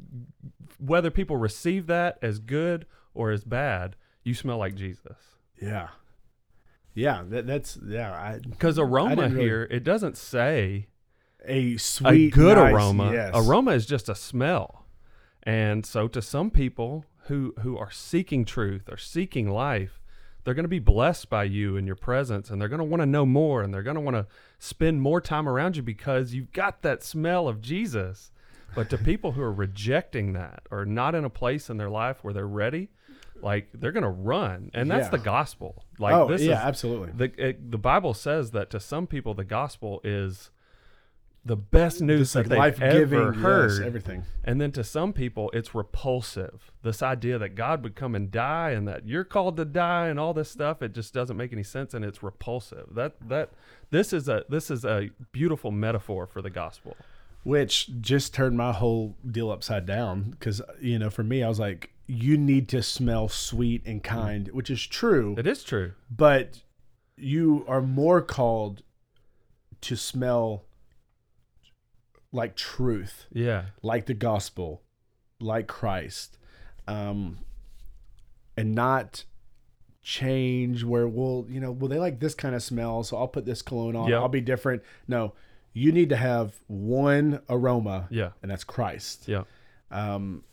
B: whether people receive that as good or as bad, you smell like Jesus.
A: Yeah. Yeah, that, that's yeah. I,
B: Cuz aroma
A: didn't really-
B: here, it doesn't say
A: a
B: a
A: sweet,
B: good
A: nice-
B: aroma.
A: Yes.
B: Aroma is just a smell. And so to some people who who are seeking truth or seeking life, they're going to be blessed by you and your presence and they're going to want to know more and they're going to want to spend more time around you because you've got that smell of Jesus. But to people who are rejecting that or not in a place in their life where they're ready, like they're going to run. And that's
A: Yeah.
B: the gospel. Like
A: oh,
B: this
A: yeah,
B: is
A: absolutely.
B: the it, the Bible says that to some people the gospel is the best news
A: It's like
B: that
A: life
B: they've ever
A: giving,
B: heard.
A: yes, everything.
B: And then to some people, it's repulsive. This idea that God would come and die and that you're called to die and all this stuff, it just doesn't make any sense and it's repulsive. That that this is a this is a beautiful metaphor for the gospel.
A: which just turned my whole deal upside down because you know for me i was like you need to smell sweet
B: Mm.
A: and kind which is true
B: It is true.
A: but you are more called to smell like truth
B: Yeah.
A: like the gospel like christ um and not change where well you know well they like this kind of smell so i'll put this cologne on
B: Yeah.
A: i'll be different no you need to have one aroma
B: Yeah.
A: and that's Christ.
B: Yeah.
A: Um,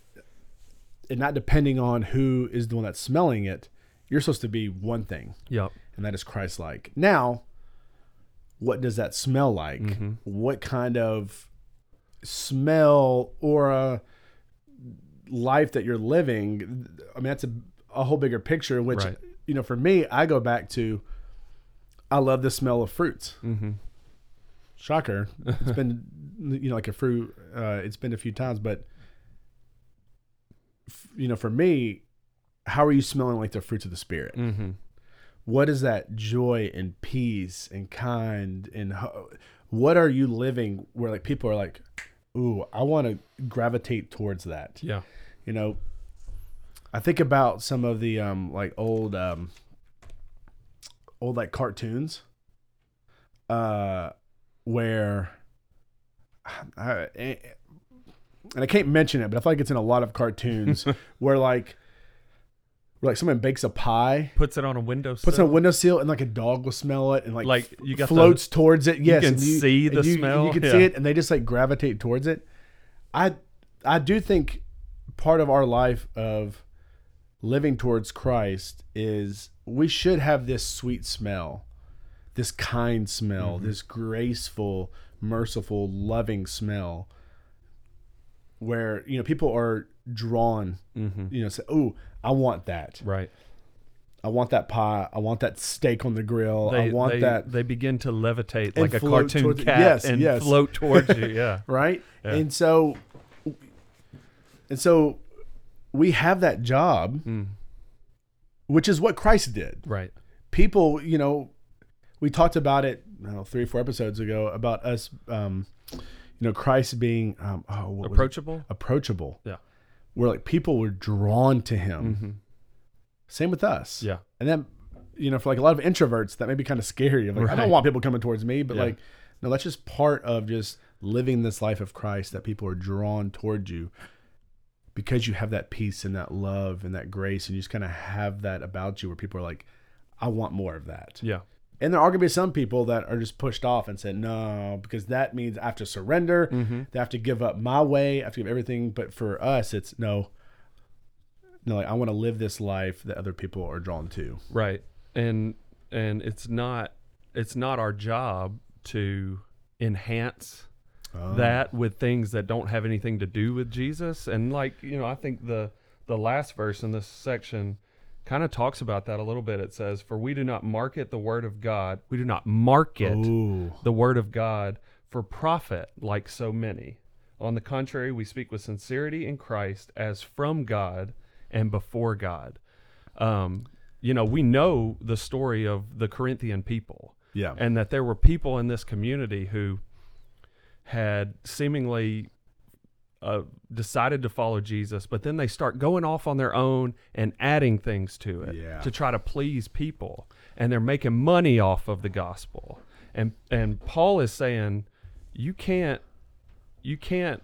A: and not depending on who is the one that's smelling it, you're supposed to be one thing,
B: Yep.
A: and that is Christ like. Now, what does that smell like?
B: Mm-hmm.
A: What kind of smell or a life that you're living? I mean, that's a, a whole bigger picture, which,
B: Right.
A: you know, for me, I go back to I love the smell of fruits
B: Mm-hmm.
A: shocker it's been you know like a fruit uh it's been a few times but f- you know for me how are you smelling like the fruits of the spirit
B: Mm-hmm.
A: what is that joy and peace and kind and ho- what are you living where like people are like ooh i want to gravitate towards that
B: Yeah.
A: you know i think about some of the um like old um old like cartoons uh where I, eh, and i can't mention it but i feel like it's in a lot of cartoons where like where like someone bakes a pie
B: Puts it on a windowsill.
A: puts it on a windowsill and like a dog will smell it and like,
B: Like,
A: f-
B: you got the-
A: floats towards it. Yes,
B: can
A: and
B: see
A: and
B: the
A: you-
B: smell,
A: You can
B: yeah.
A: see it, and they just like gravitate towards it. I I do think part of our life of living towards Christ is we should have this sweet smell, this kind smell,
B: Mm-hmm.
A: this graceful, merciful, loving smell, where you know people are drawn.
B: Mm-hmm.
A: You know, say, "Oh, I want that."
B: right.
A: I want that pie. I want that steak on the grill. I want
B: they,
A: that.
B: They begin to levitate like a
A: float
B: cartoon
A: towards-
B: cat
A: yes,
B: and
A: yes.
B: float towards you. Yeah.
A: Right. And so, and so we have that job,
B: Mm.
A: which is what Christ did.
B: Right.
A: People, you know, we talked about it I don't know, three or four episodes ago about us, um, you know, Christ being, um, oh, what was it?
B: Approachable.
A: approachable.
B: Yeah. Mm-hmm.
A: Where like people were drawn to him. Same with us.
B: Yeah.
A: And then, you know, for like a lot of introverts, that may be kind of scary. Of like, I
B: Right.
A: don't want people coming towards me, but
B: Yeah.
A: like, no, that's just part of just living this life of Christ that people are drawn towards you because you have that peace and that love and that grace, and you just kind of have that about you where people are like, I want more of that.
B: Yeah.
A: And there are going to be some people that are just pushed off and said, no, because that means I have to surrender.
B: Mm-hmm.
A: They have to give up my way. I have to give everything. But for us, it's no, no, like, I want to live this life that other people are drawn to.
B: right and and it's not it's not our job to enhance
A: Oh.
B: that with things that don't have anything to do with jesus and like you know i think the the last verse in this section kind of talks about that a little bit it says for we do not market the word of god we do not market
A: Ooh.
B: the word of God for profit like so many. On the contrary, we speak with sincerity in Christ as from God and before God. Um, you know, we know the story of the Corinthian people
A: Yeah.
B: and that there were people in this community who had seemingly uh, decided to follow Jesus, but then they start going off on their own and adding things to it
A: Yeah.
B: to try to please people, and they're making money off of the gospel. And and Paul is saying, you can't, you can't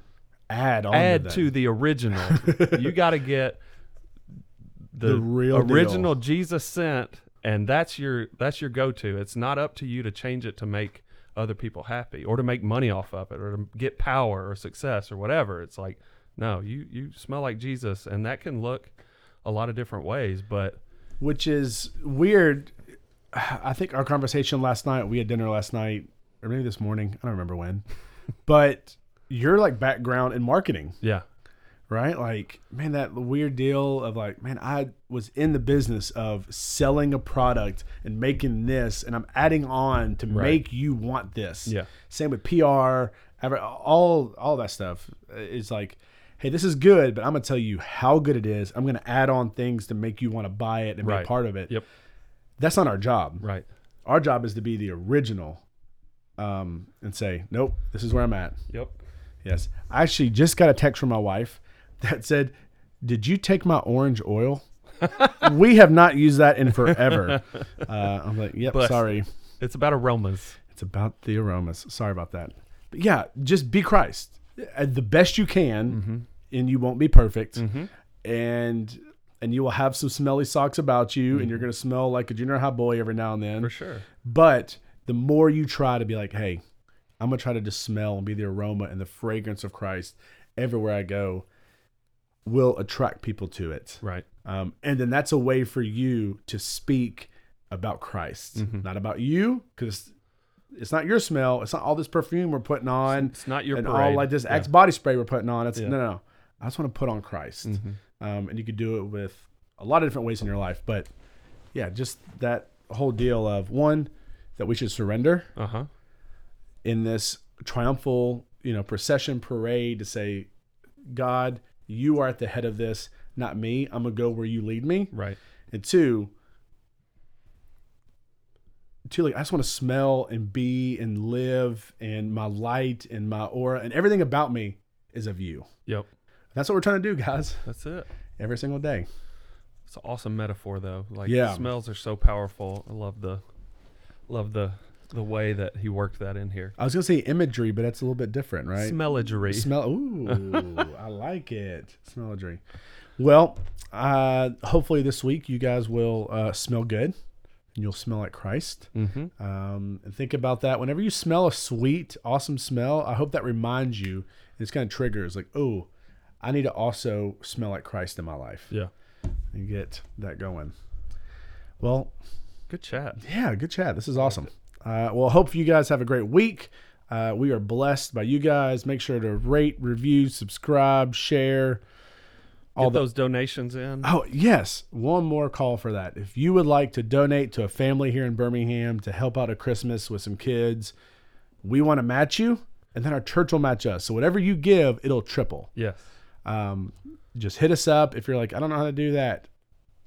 A: add on
B: add
A: to,
B: to the original. you got to get the,
A: The real deal.
B: original Jesus sent, and that's your that's your go to. It's not up to you to change it to make other people happy or to make money off of it or to get power or success or whatever. It's like no, you you smell like Jesus, and that can look a lot of different ways. But
A: that, which is weird. I think our conversation last night, we had dinner last night, or maybe this morning, I don't remember when, but your like background in marketing,
B: Yeah.
A: right? Like, man, that weird deal of like, man, I was in the business of selling a product and making this, and I'm adding on to
B: Right.
A: make you want this.
B: Yeah.
A: Same with PR, ever all all that stuff is like, hey, this is good, but I'm gonna tell you how good it is. I'm gonna add on things to make you want to buy it and
B: Right.
A: be part of it.
B: Yep.
A: That's not our job.
B: Right.
A: Our job is to be the original, um, and say, nope, this is where I'm at.
B: Yep.
A: Yes. I actually just got a text from my wife that said, Did you take my orange oil? we have not used that in forever. Uh, I'm like, Yep,
B: Bless.
A: sorry.
B: It's about aromas.
A: It's about the aromas. Sorry about that. But yeah, just be Christ Uh, the best you can, and you won't be perfect. And and you will have some smelly socks about you, and you're going to smell like a junior high boy every now and then.
B: For sure.
A: But the more you try to be like, hey, I'm gonna try to just smell and be the aroma and the fragrance of Christ everywhere I go, will attract people to it.
B: Right.
A: Um, and then that's a way for you to speak about Christ, not about you, because it's not your smell. It's not all this perfume we're putting on
B: It's not your
A: and
B: parade.
A: all like this
B: Yeah.
A: Axe body spray we're putting on. It's
B: Yeah. Mm-hmm.
A: no, no, no. I just want to put on Christ, um, and you could do it with a lot of different ways in your life. But yeah, just that whole deal of one that we should surrender
B: Uh-huh.
A: in this triumphal, you know, procession parade to say, God, you are at the head of this, not me. I'm gonna go where you lead me.
B: Right.
A: And two, two, like I just want to smell and be and live and my light and my aura and everything about me is of you.
B: Yep.
A: That's what we're trying to do, guys,
B: That's it.
A: every single day.
B: It's an awesome metaphor though. Like
A: Yeah.
B: smells are so powerful. I love the love the the way that he worked that in here.
A: I was gonna say imagery, but that's a little bit different, right?
B: Smelligery.
A: Smell. Ooh, I like it. Smelligery. Well, uh, hopefully this week you guys will uh, smell good. and You'll smell like Christ.
B: mm-hmm.
A: Um, and think about that. Whenever you smell a sweet, awesome smell, I hope that reminds you. And it's kind of triggers like, oh, I need to also smell like Christ in my life
B: Yeah.
A: and get that going. Well,
B: Good chat.
A: yeah, good chat. This is awesome. Uh, well, hope you guys have a great week. Uh, we are blessed by you guys. Make sure to rate, review, subscribe, share.
B: All
A: All the-
B: those donations in.
A: Oh, yes. One more call for that. If you would like to donate to a family here in Birmingham to help out at Christmas with some kids, we want to match you, and then our church will match us. So whatever you give, it'll triple.
B: Yes.
A: Um, just hit us up. If you're like, I don't know how to do that,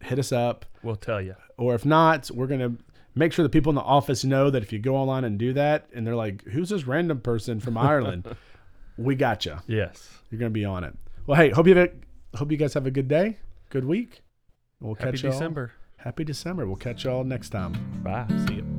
A: hit us up.
B: We'll tell you.
A: Or if not, we're going to make sure the people in the office know that if you go online and do that, and they're like, who's this random person from Ireland? we gotcha.
B: Yes.
A: You're going to be on it. Well, hey, hope you have a, hope you guys have a good day, good week. We'll
B: Happy
A: catch you all.
B: December.
A: Happy December. We'll catch y'all next time.
B: Bye.
A: See you.